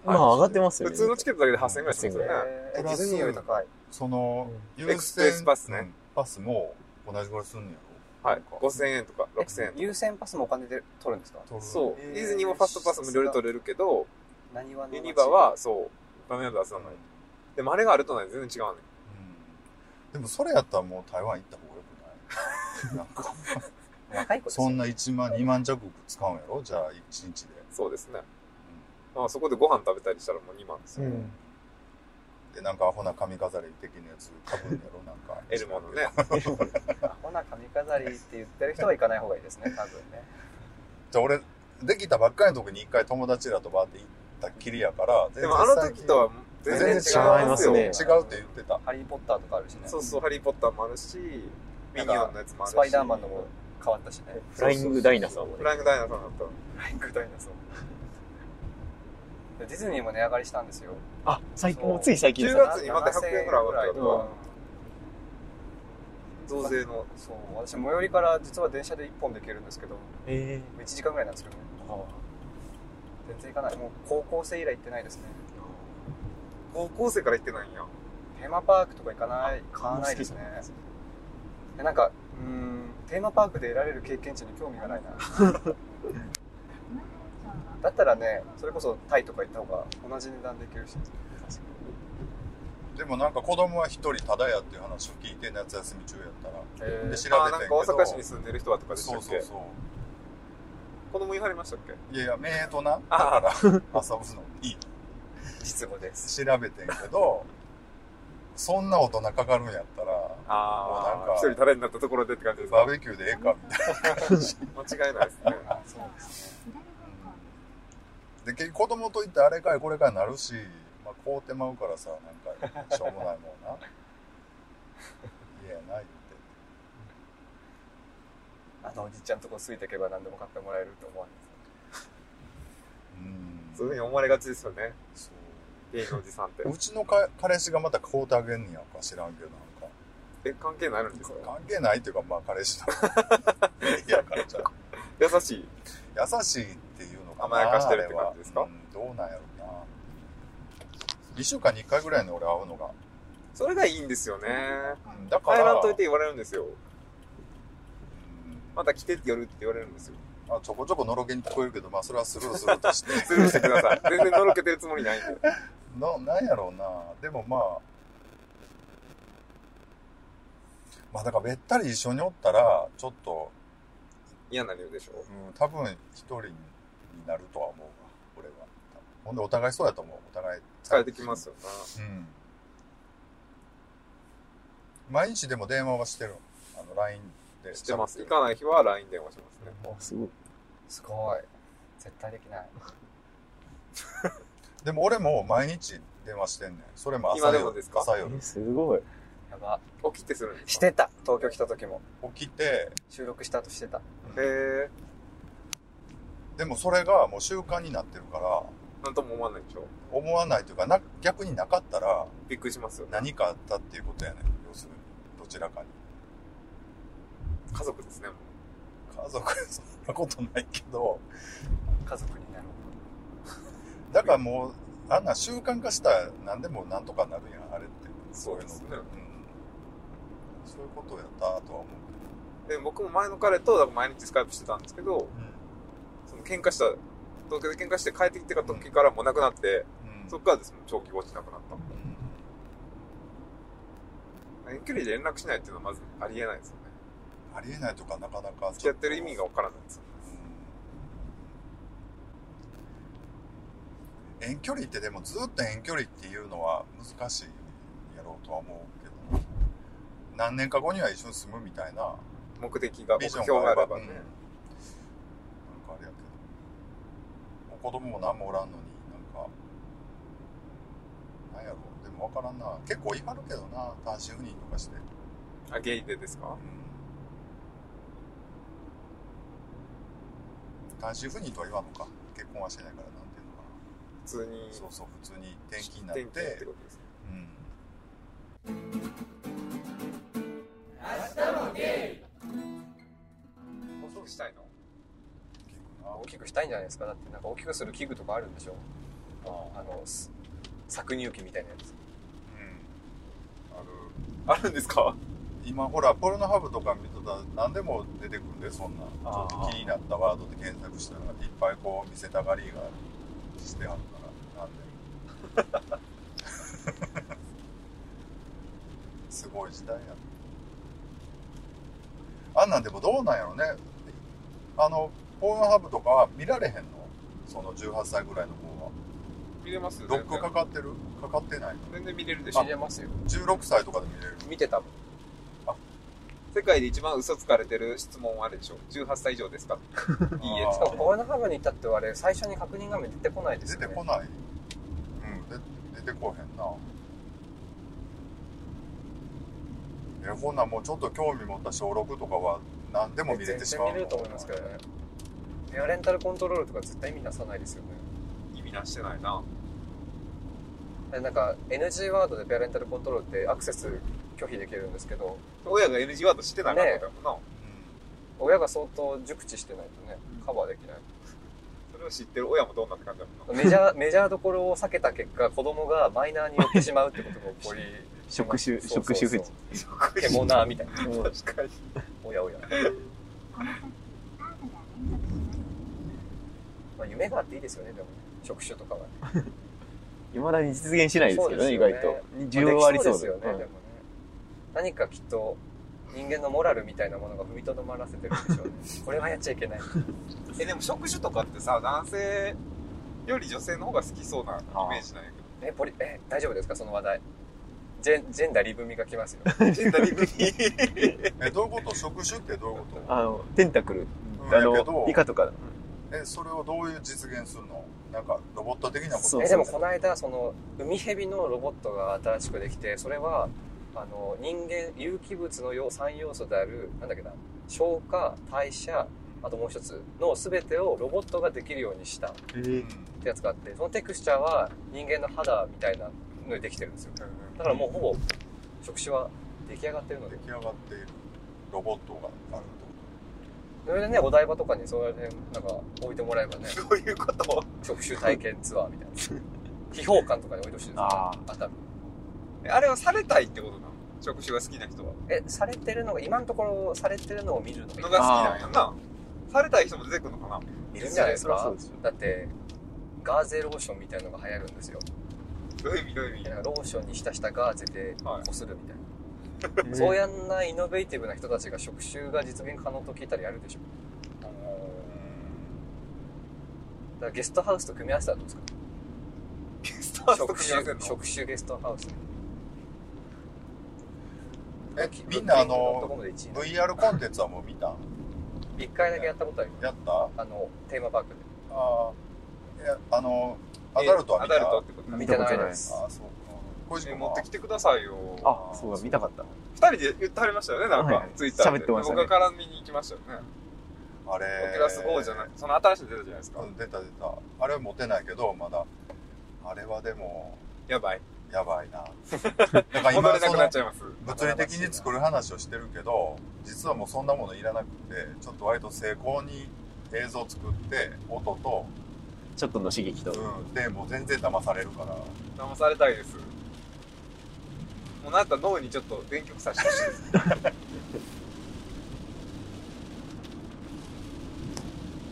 まあ上がってますよ普ね。通のチケットだけで8000円ぐらいしますよね。えーデプィラスズニーより高い。その、エクスプレスパスねうんパスも同じぐらいすんねやはろい。5000円とか6000円とか。優先パスもお金で取るんですか取るそう。えーディズニーもファストパスもいろいろ取れるけど、何はのユニバは、そう、ダメなんだ、出さない。でもあれがあるとない全然違うね。うんでもそれやったらもう台湾行った方がよくない なんか若い子ですよそんな1万2万弱使うんやろじゃあ1日で、そうですね。まあそこでご飯食べたりしたらもう2万ですうよ。ん。でなんかアホな髪飾り的なやつかぶんやろなん かエルモのね。アホな髪飾りって言ってる人は行かない方がいいですね、多分ね。じゃあ俺できたばっかりの時に一回友達らとバーって行ったっきりやからでもあの時とは全然違い全然ます違よ。いますね違うって言ってたハリー・ポッターとかあるしね。そうそう、ハリー・ポッターもあるし、ミニオンのやつもあるし。スパイダーマンのも変わったしね。フライングダイナソーもフねライングダイナさんだったの。フライングダイナソー。ディズニーも値上がりしたんですよ。あ、最近、もうつい最近です10ね。月にまた100円ぐらい上がっ7000たよ円ぐらい増税の。そう、私、最寄りから実は電車で1本で行けるんですけど、え1時間ぐらいなんですけど、えー。全然行かない。もう高校生以来行ってないですね。高校生から行ってないんや。テーマパークとか行かない、買わないですね。でなんか、うーん、テーマパークで得られる経験値に興味がないな。だったらね、それこそタイとか行った方が同じ値段で行けるし。でもなんか子供は一人ただやっていう話を聞いて夏休み中やったらえで調べてんけどああ、なんか大阪市に住んでる人はとかでしたそうっそうけそう子供言いはりましたっけいやいやメイトなだあから遊ぶのいい実語です。調べてんけどそんな大人かかるんやったらあもうなあんか、一人タレになったところでって感じですバかーベキューでええ かみたい 間違いないですね。そうですね。なで結局子供といってあれかいこれかいなるし、まあ、買うてまうからさなんかしょうもないもんな嫌やな言ってああのおじちゃんとこついていけば何でも買ってもらえると思わないうんそういうふうに思われがちですよね。そゲイのおじさんってう。うちのか彼氏がまた買うてあげんねやんか知らんけどなんかえ、関係ないんですか関係ないっていうかまあ彼氏のいや彼ちゃん優しい。優しいっていうのかな甘やかしてるって感じですかあれはうんどうなんやろうな1週間に1回ぐらいの俺会うのが、それがいいんですよね。うんだか帰ららんといて言われるんですよ。うんまた来てって夜って言われるんですよ。まあ、ちょこちょこのろけに聞こえるけどまあそれはスルーするとしてスルーしてください。全然のろけてるつもりないんで。 ななんやろうなでもまあまあだからべったり一緒におったらちょっと、嫌になるよでしょ。うん、多分一人になるとは思うわ俺はほんでお互いそうやと思うお互い疲れてきますよな。うん毎日でも電話はしてるあの LINE でしてます。喋行っかない日は LINE 電話しますね。あすごい。すごい絶対できないでも俺も毎日電話してんねんそれも朝今夜でもですか朝え夜すごい。やば起きてするんでしすかてた東京来た時も起きて収録した後してたへえ。でもそれがもう習慣になってるからなんとも思わないでしょ。思わないというかな逆になかったらびっくりしますよ。何かあったっていうことやねん要するにどちらかに家族ですね。も家族そんなことないけど家族になるだからもうあんな習慣化したら何でもなんとかなるやんあれってそういですねのってうん、そういうことやったとは思ううで、僕も前の彼とだから毎日スカイプしてたんですけど、その喧嘩した、東京で喧嘩して帰ってきてから時からもうなくなって、うん、うんそっからですもん、長期放置なくなった。うん遠距離で連絡しないっていうのはまずありえないですよね。ありえないとかなかなか付き合ってる意味がわからないですよね。うん遠距離ってでもずっと遠距離っていうのは難しいやろうとは思うけど何年か後には一緒に住むみたいな目的が、目ビジョ標ンががああれればばね、ねなん。かあれやけどもう子供も何もおらんのになんかなんやろうでも分からんな結構言い張るけどな単身赴任とかしてあ、ゲイでですか単身赴任とは言わんのか結婚はしてないからなんていうのか普通にな、そうそう普通に転勤になっ転勤っててことですね。うんもうすぐしたいの結大きくしたいんじゃないですかだってなんか大きくする器具とかあるんでしょあのす搾乳機みたいなやつある。あるんですかうん、今ほらポルノハブとか見てたら何でも出てくるんでそんなちょあーっと気になったワードで検索したらいっぱいこう見せたがりがしてあるからなんで すごい時代やあんなんでもどうなんやろねあのポルノハブとかは見られへんのその18歳ぐらいの子は見れますよロ全ック然かかってるかかってない全然見れるでし知ょれますよ16歳とかで見れる見てたもん世界で一番嘘つかれてる質問はあれでしょ18歳以上ですかいいえあーしかも俺のハブに至ってはあれ最初に確認画面出てこないです出よてねこない、うん、で出てこへんなえこんなんもうちょっと興味持った小6とかは何でも見れてしま全然見うれると思いますけどねペアレンタルコントロールとか絶対意味なさないですよね意味なしてないなでなんか NG ワードでペアレンタルコントロールってアクセス拒否できるんですけど親が NG ワードしてなかったからな、親が相当熟知してないとねカバーできないそれを知ってる親もどうなって感じだもんなメジ ャーメジャーどころを避けた結果子供がマイナーに寄ってしまうってことが起こり職種、そう職そうそう種フェチ。獣みたいな確かにおやおやまあ夢があっていいですよねでもね職種とかは、未だに実現しないですけどね、意そうで外すよとね。需要はありそうできそうですよね、でもね何かきっと人間のモラルみたいなものが踏みとどまらせてるんでしょう ねこれはやっちゃいけないえでも職種とかってさ男性より女性の方が好きそうなイメージなんやけえポリえ大丈夫ですかその話題ジェンジェンダーリブミが来ますよどジェンダーリ ブにうんえどういうこと職種ってどういうこあの、テンタクル。と、あうんやけどの、イカとか。えそれをどういう実現するのなんかロボット的なことそうえでもこの間その海蛇のロボットが新しくできてそれはあの人間有機物のよう3要素であるなんだっけな消化、代謝、あともう一つの全てをロボットができるようにしたっえうー、んてやつがあって、そのテクスチャーは人間の肌みたいなのでできてるんですよ。だからもうほぼ触手は出来上がってるので出。来上がっているロボットがあるってこそれでね、お台場とかにそれでなんか置いてもらえばね、どういうこと触手体験ツアーみたいな。秘宝館とかに置いてほしいですね。あ熱海えあれはされたいってことなの職種が好きな人は。え、されてるのが、今のところされてるのを見るのがのが好きなんやな。されたい人も出てくるのかな見るんじゃないですそりゃそかう。ですよだって、ガーゼローションみたいのが流行るんですよ。どういう意味どういう意味 ローションに浸したガーゼではいこするみたいな。えーそうやんなイノベーティブな人たちが職種が実現可能と聞いたらやるでしょ。だからゲストハウスと組み合わせたらどうですかゲストハウスと職組み合わせる種、の職種ゲストハウス。とえみんなあの Booking.com で一位 VR コンテンツはもう見た一回だけやったことあるやったあの、テーマパークで。ああいやあのアダルトは見たアダルトってこと見見たてことなないいです。ああそうか小え石君持はってきてくださいよ。あそうだ見たかった二人で言ってはりましたよね、なんはいはかい、ツイッターで。喋ってましたね僕が絡みに行きましたよね。あれオキュラス GO じゃない、その新しいの出たじゃないですかう。ん出た出たあれは持てないけどまだあれはでもやばい。やば いななんか戻今れなそくなっのちゃいます。物理的に作る話をしてるけど実はもうそんなものいらなくてちょっと割と成功に映像作って音と、ちょっとの刺激と、うん、でもう全然騙されるから騙されたいです。もうなんか脳にちょっと電極させてほしいです。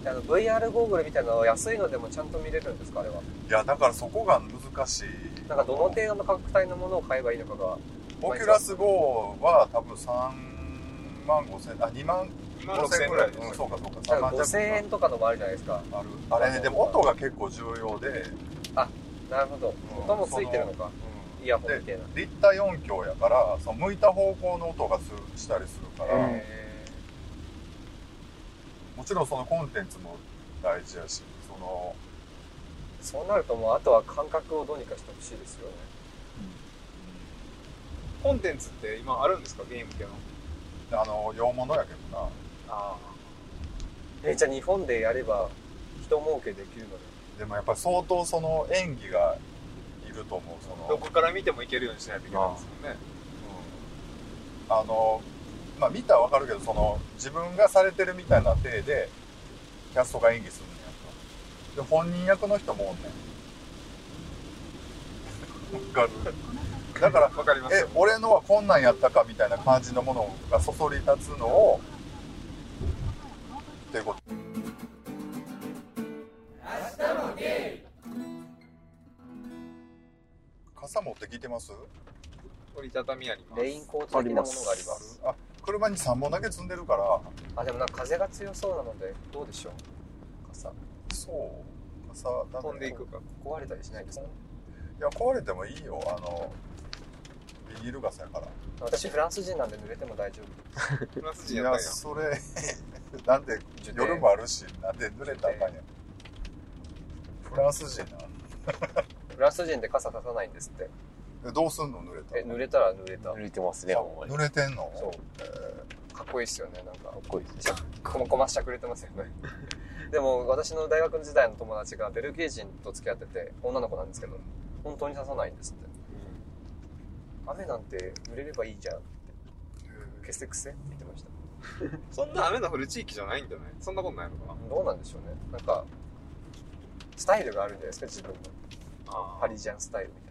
あの VR ゴーグルみたいなのは安いのでもちゃんと見れるんですかあれは。いやだからそこが難しいなんかどの程度の価格帯のものを買えばいいのかが。オキュラス GO は多分3万5千あ2万今5 6000千円ぐぐららいいでうんすそうかそうかな3んか万5000円とかのもあるじゃないですか。あるあれでも音が結構重要で、なるほど。うん音もついてるのか。うんイヤホンみたいな。立体音響やからその向いた方向の音がするしたりするから、へもちろんそのコンテンツも大事やしそのーそうなるともうあとは感覚をどうにかしてほしいですよね。コンテンツって今あるんですかゲーム系の。あの洋物やけどなあえじゃあ日本でやれば人儲けできるので。でもやっぱり相当その演技がいると思うそあ。のどこから見てもいけるようにしないといけないですもんね。あの、まあ、見たらわかるけど、その、自分がされてるみたいな体で、キャストが演技するんやと。で、本人役の人もおんねん。わかる。だから、わかりますえよ。、俺のはこんなんやったかみたいな感じのものがそそり立つのを、っていうこと。傘持ってきてます折りたたみあります。レインコート的なものがあります。あ車に3本だけ積んでるからあ、でもなんか風が強そうなので、どうでしょう傘。そう傘だ飛んでいくか。壊れたりしないですかいや壊れてもいいよあのビニール傘やから私フランス人なんで濡れても大丈夫。フランスい人やっやたんや。それ なんで夜もあるしなんで濡れたらあかんやんフランス人フランス人で傘ささないんですって。などうすんの濡れたえ、濡れたら濡れた。濡れてますねあほんまに濡れてんのそうえーかっこいいっすよね、なんかか。っこいいですねこまこましゃくれてますよね。 でも、私の大学時代の友達がベルギー人と付き合ってて、女の子なんですけど、本当に刺さないんですって。雨なんて濡れればいいじゃんって。消せくせって言ってました。そんな雨の降る地域じゃないんじゃないそんなことないのかなどうなんでしょうね。なんか、スタイルがあるんじゃないですか、自分の。あパリジャンスタイルみたいな。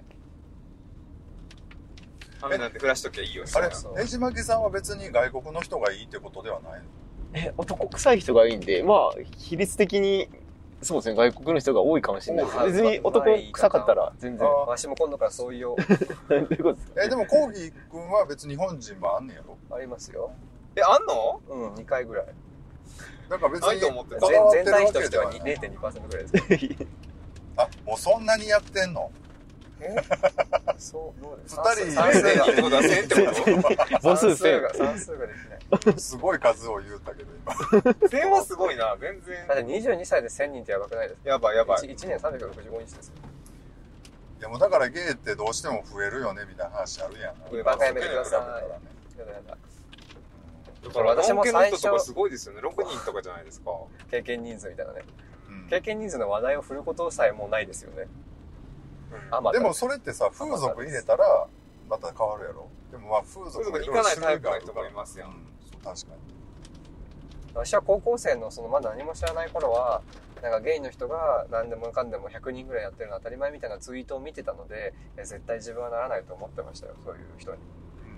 雨なんて暮らしときゃいいよみたあいなれそう江島木さんは別に外国の人がいいってことではないえ男臭い人がいいんでまあ比率的にそうですね外国の人が多いかもしれないです多い別に男臭かったら全然あわしも今度からそういう よどういうこと ですかえでもコーギー君は別に日本人もあんねやろありますよ。え、あんのうん、2回ぐらい。だから別ないにと思って全た。全体比としてはに0.2%ぐらいですけど。あもうそんなにやってんのえ そう、どうです二人算数全が体ってことは全ってこと母算数数千が、算数ができない。 すごい数を言うたけど今全はすごいな、全然だ。って22歳で1000人ってやばくないですやばいやばい。 1, 年365日ですよ。いやもうだからゲイってどうしても増えるよねみたいな話あるやん。増えまバすカやめてくださだからねい。やだやだ。だかからら私私もも最最初初。とかすごいですよね。6人とかじゃないですか。経験人数みたいなね。うん経験人数の話題を振ることさえもうないですよね。あまたでもそれってさ、風俗入れたら、また変わるやろでもまあ風俗もろろ種類があるから風俗に行かないタイプの人もいますやんうん、確かに。私は高校生のそのまだ何も知らない頃はなんかゲイの人が何でもかんでも100人ぐらいやってるの当たり前みたいなツイートを見てたのでえ絶対自分はならないと思ってましたよそういう人に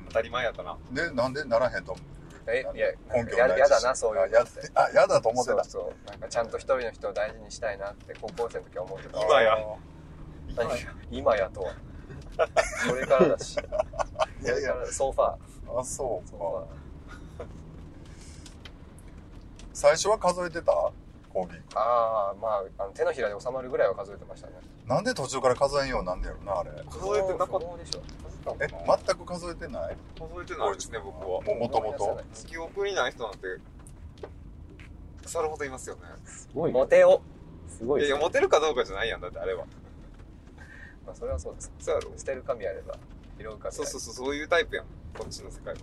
当たり前やったな。で、なんでならへんと思うえいや根拠やないしやだなそういうのってあやあ、やだと思ってそうた。そうなんかちゃんと一人の人を大事にしたいなって高校生の時は思ってた今やあ何が今やとはこれからだしこーいやれいかや、らソファーあ、そうソか。フ最初は数えてたコーギァーーああまああの手のひらで収まるぐらいは数えてましたねなんで途中から数えんようになんだよな、あれ。数えてなかっそうでしょたのえ、かな全く数えてない数えてないですね、僕は。もうもと思もい出せとない。記憶にない人なんて、腐るほどいますよね。すごいねモ。テを、すごいいやいね。や、モテるかどうかじゃないやん、だってあれは。まあ、それはそうですそうやろ捨てる神あれば拾う神あればそうそうそう、そういうタイプやん。こっちの世界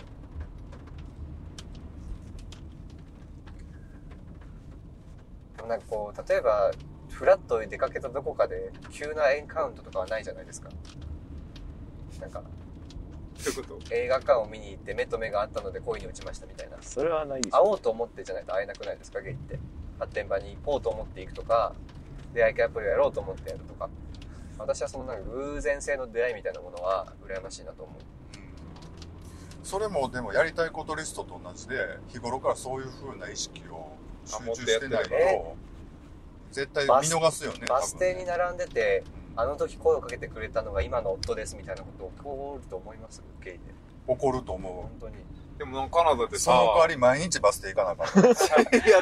は。なんかこう例えばフラッと出かけたどこかで急なエンカウントとかはないじゃないですかなんかということ。映画館を見に行って目と目があったので恋に落ちましたみたいなそれはないでし会ょ。おうと思ってじゃないと会えなくないですかゲイって発展場に行こうと思って行くとか出会い系アプリをやろうと思ってやるとか私はそのなんか偶然性の出会いみたいなものは羨ましいなと思うそれもでもやりたいことリストと同じで日頃からそういう風な意識を集中してないあ持ってやってると絶対見逃すよねバス停に並んでてあ多分ねの時声をかけてくれたのが今の夫ですみたいなこと起こると思いますゲイで怒ると思本当にでも、カナダでうさそ、の代わり毎日バス停行かなあかっやっ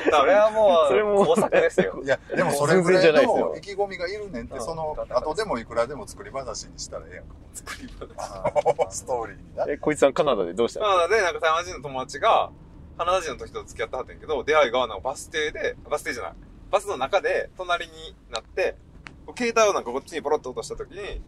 たそれはもうそれも工作ですよ たいやでもそれぐら全然じゃないいですのよ意気込みがいるねんってうんその後でもいくらでも作り話にしたらええやんか作り話。ストーリーになえ、こいつさんカナダでどうしたのカナダで、なんか台湾人の友達が、カナダ人の時と付き合ってはったんやけど、出会いが、なんかバス停で、バス停じゃない。バスの中で、隣になって、こう携帯をなんかこっちにポロッと落とした時に、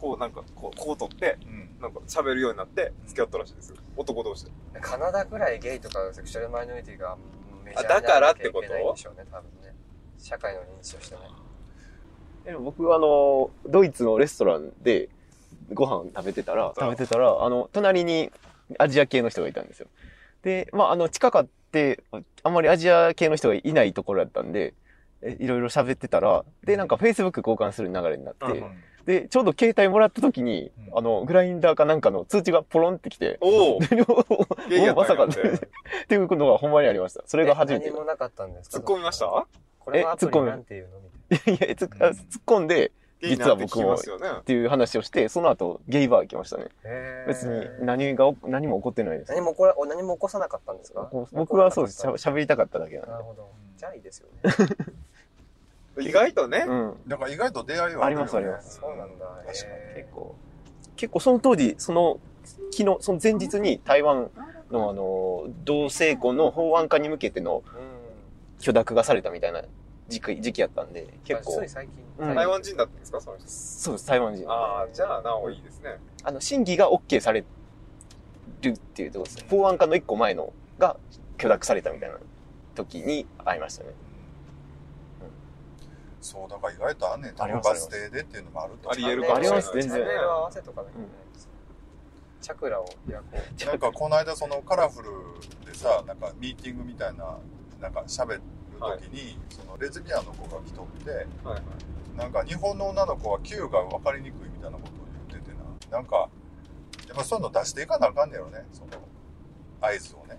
こうなんか、こう、こう取って、うんなんか喋るようになって、付き合ったらしいですよ。男同士で。カナダぐらいゲイとかセクシュアルマイノリティがメジャーにあなだかららなっきゃていことけないんでしょうね多分ね社会の認知としてねえ僕はあのドイツのレストランでご飯食べてたらうん食べてたらあの隣にアジア系の人がいたんですよでまああの近かってあんまりアジア系の人がいないところだったんでえいろいろ喋ってたらでなんかフェイスブック交換する流れになって、うんでちょうど携帯もらった時に、うんあのグラインダーかなんかの通知がポロンってきておおゲイやおったんやまさかってってっていうのがほんまにありましたそれが初めてえ何もなかったんですか 突っ込みましたこれはアプえ突っ込リむなんていうのみたいいやいやつあ突っ込んで実は僕ゲイもになって聞きますよね。っていう話をしてその後ゲイバー行きましたねなへー別に何が何も起こってないです何も起こら何も起こさなかったんですか僕はそうですしゃな喋りたかっただけなんでるほどじゃあいいですよね意外とねう、んだから意外と出会いはるよねありますありますそうなんだ確かに結構結構その当時その昨日その前日に台湾のあの同性婚の法案化に向けてのうん許諾がされたみたいな時期時期やったんで結まあ構つい最近うん台湾人だったんですかその人。そうです台湾人あああ、じゃあ、なおいいですね。の審議が OK されるっていうところです法案化の一個前のが許諾されたみたいな時に会いましたねそうだから意外とあんねん多あり分ますバス停でっていうのもあるとありえるかもしれないチャンネル全然を合わせとかなきゃいけないですねチャクラを開こうなんかこの間そのカラフルでさなんかミーティングみたいななんか喋る時に、そのレズビアンの子が来とってはいはい。なんか日本の女の子は Q が分かりにくいみたいなことを言っててななんかやっぱそういうの出していかなあかんねやろねその合図をね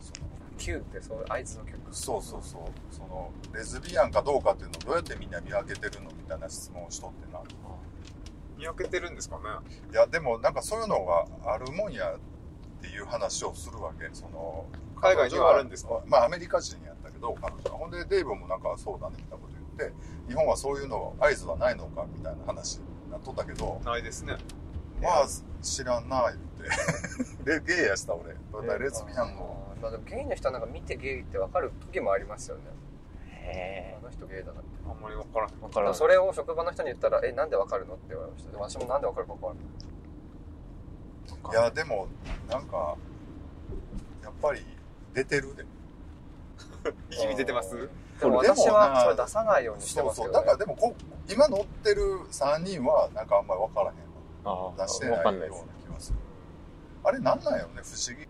その Q ってそうあいつの曲そうそうそうそのレズビアンかどうかっていうのをどうやってみんな見分けてるのみたいな質問をしとってな見分けてるんですかねいやでもなんかそういうのがあるもんやっていう話をするわけその海外にはあるんですかまあアメリカ人やったけど彼女はほんでデイブもなんかそうだねみたいなこと言って日本はそういうの合図はないのかみたいな話になっとったけどないですね。まあ知らんな言って レゲイやした俺だからレズビアンのあーまあでもゲイの人はなんか見てゲイって分かる時もありますよねへあの人ゲイだなってあんまりわからない。え分からんそれを職場の人に言ったら「えなんで分かるの?」って言われましたでも私もなんで分かるか分かるいやでもなんかやっぱり出てるで。いじみ出てますでも私はそれ出さないようにしてそうますそけう。ど、だねから。でもこ、今乗ってる3人は、なんかあんまり分からへんわ。あ出してあ、ないようんわかなないです。気がする。あれなんなんやろね、不思議。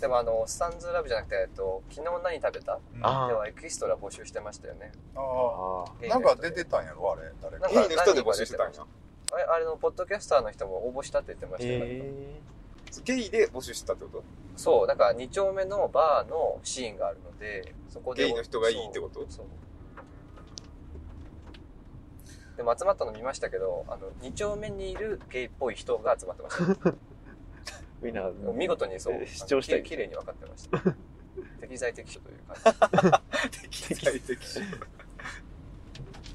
でもあの、スタンズラブじゃなくて、えっと、昨日何食べたあではエキストラ募集してましたよね。あああ。なんか出てたんやろ、あれ。誰かなん。ゲイの人で募集してたんや。あれ、あれの、ポッドキャスターの人も応募したって言ってましたよ、ねえゲイで募集してたって ことそう、だから2丁目のバーのシーンがあるので、そこで。ゲイの人がいいってことそう。でも集まったの見ましたけど、あの、2丁目にいるゲイっぽい人が集まってました。みんな、見事にそうえ、主張したいあのき綺麗に分かってました。適材適所という感適材適所。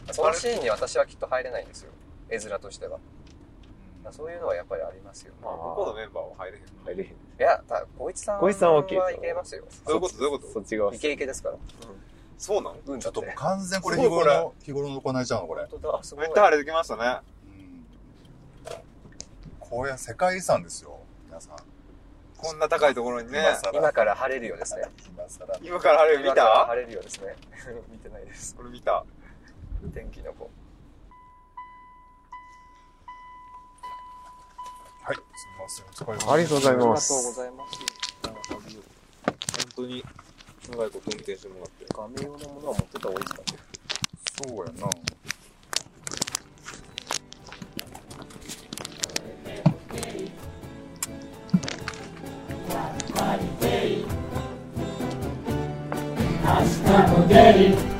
じ。そのシーンに私はきっと入れないんですよ。絵面としては。うんそういうのはやっぱりありますよ、ね。まあ、向こうのメンバーは入れへん。入れへん。いや、ただ、光一さん光一さんは OK ですよいけますよ。どういうことどういうこそとっち側イ。ケイケですから。そうなのうん、ちょっともだうて完全これす日ごい頃この、日頃の行いちゃうの、これ。本当だ、すごめいっ。ちゃ晴れてきましたね。うんこういう世界遺産ですよ、皆さん。こんな高いところにね。今さら今から晴れるようですね。今さら。今から晴れる今見からた晴れるようですね。見てないです。これ見た。天気の子。はい、すみません。お疲れ様ですありがとうございありまがすとうございます。本当に、長いこと運転してもらって。画面用のものは持ってた方がいいですかね。そうやな。明日もゲイ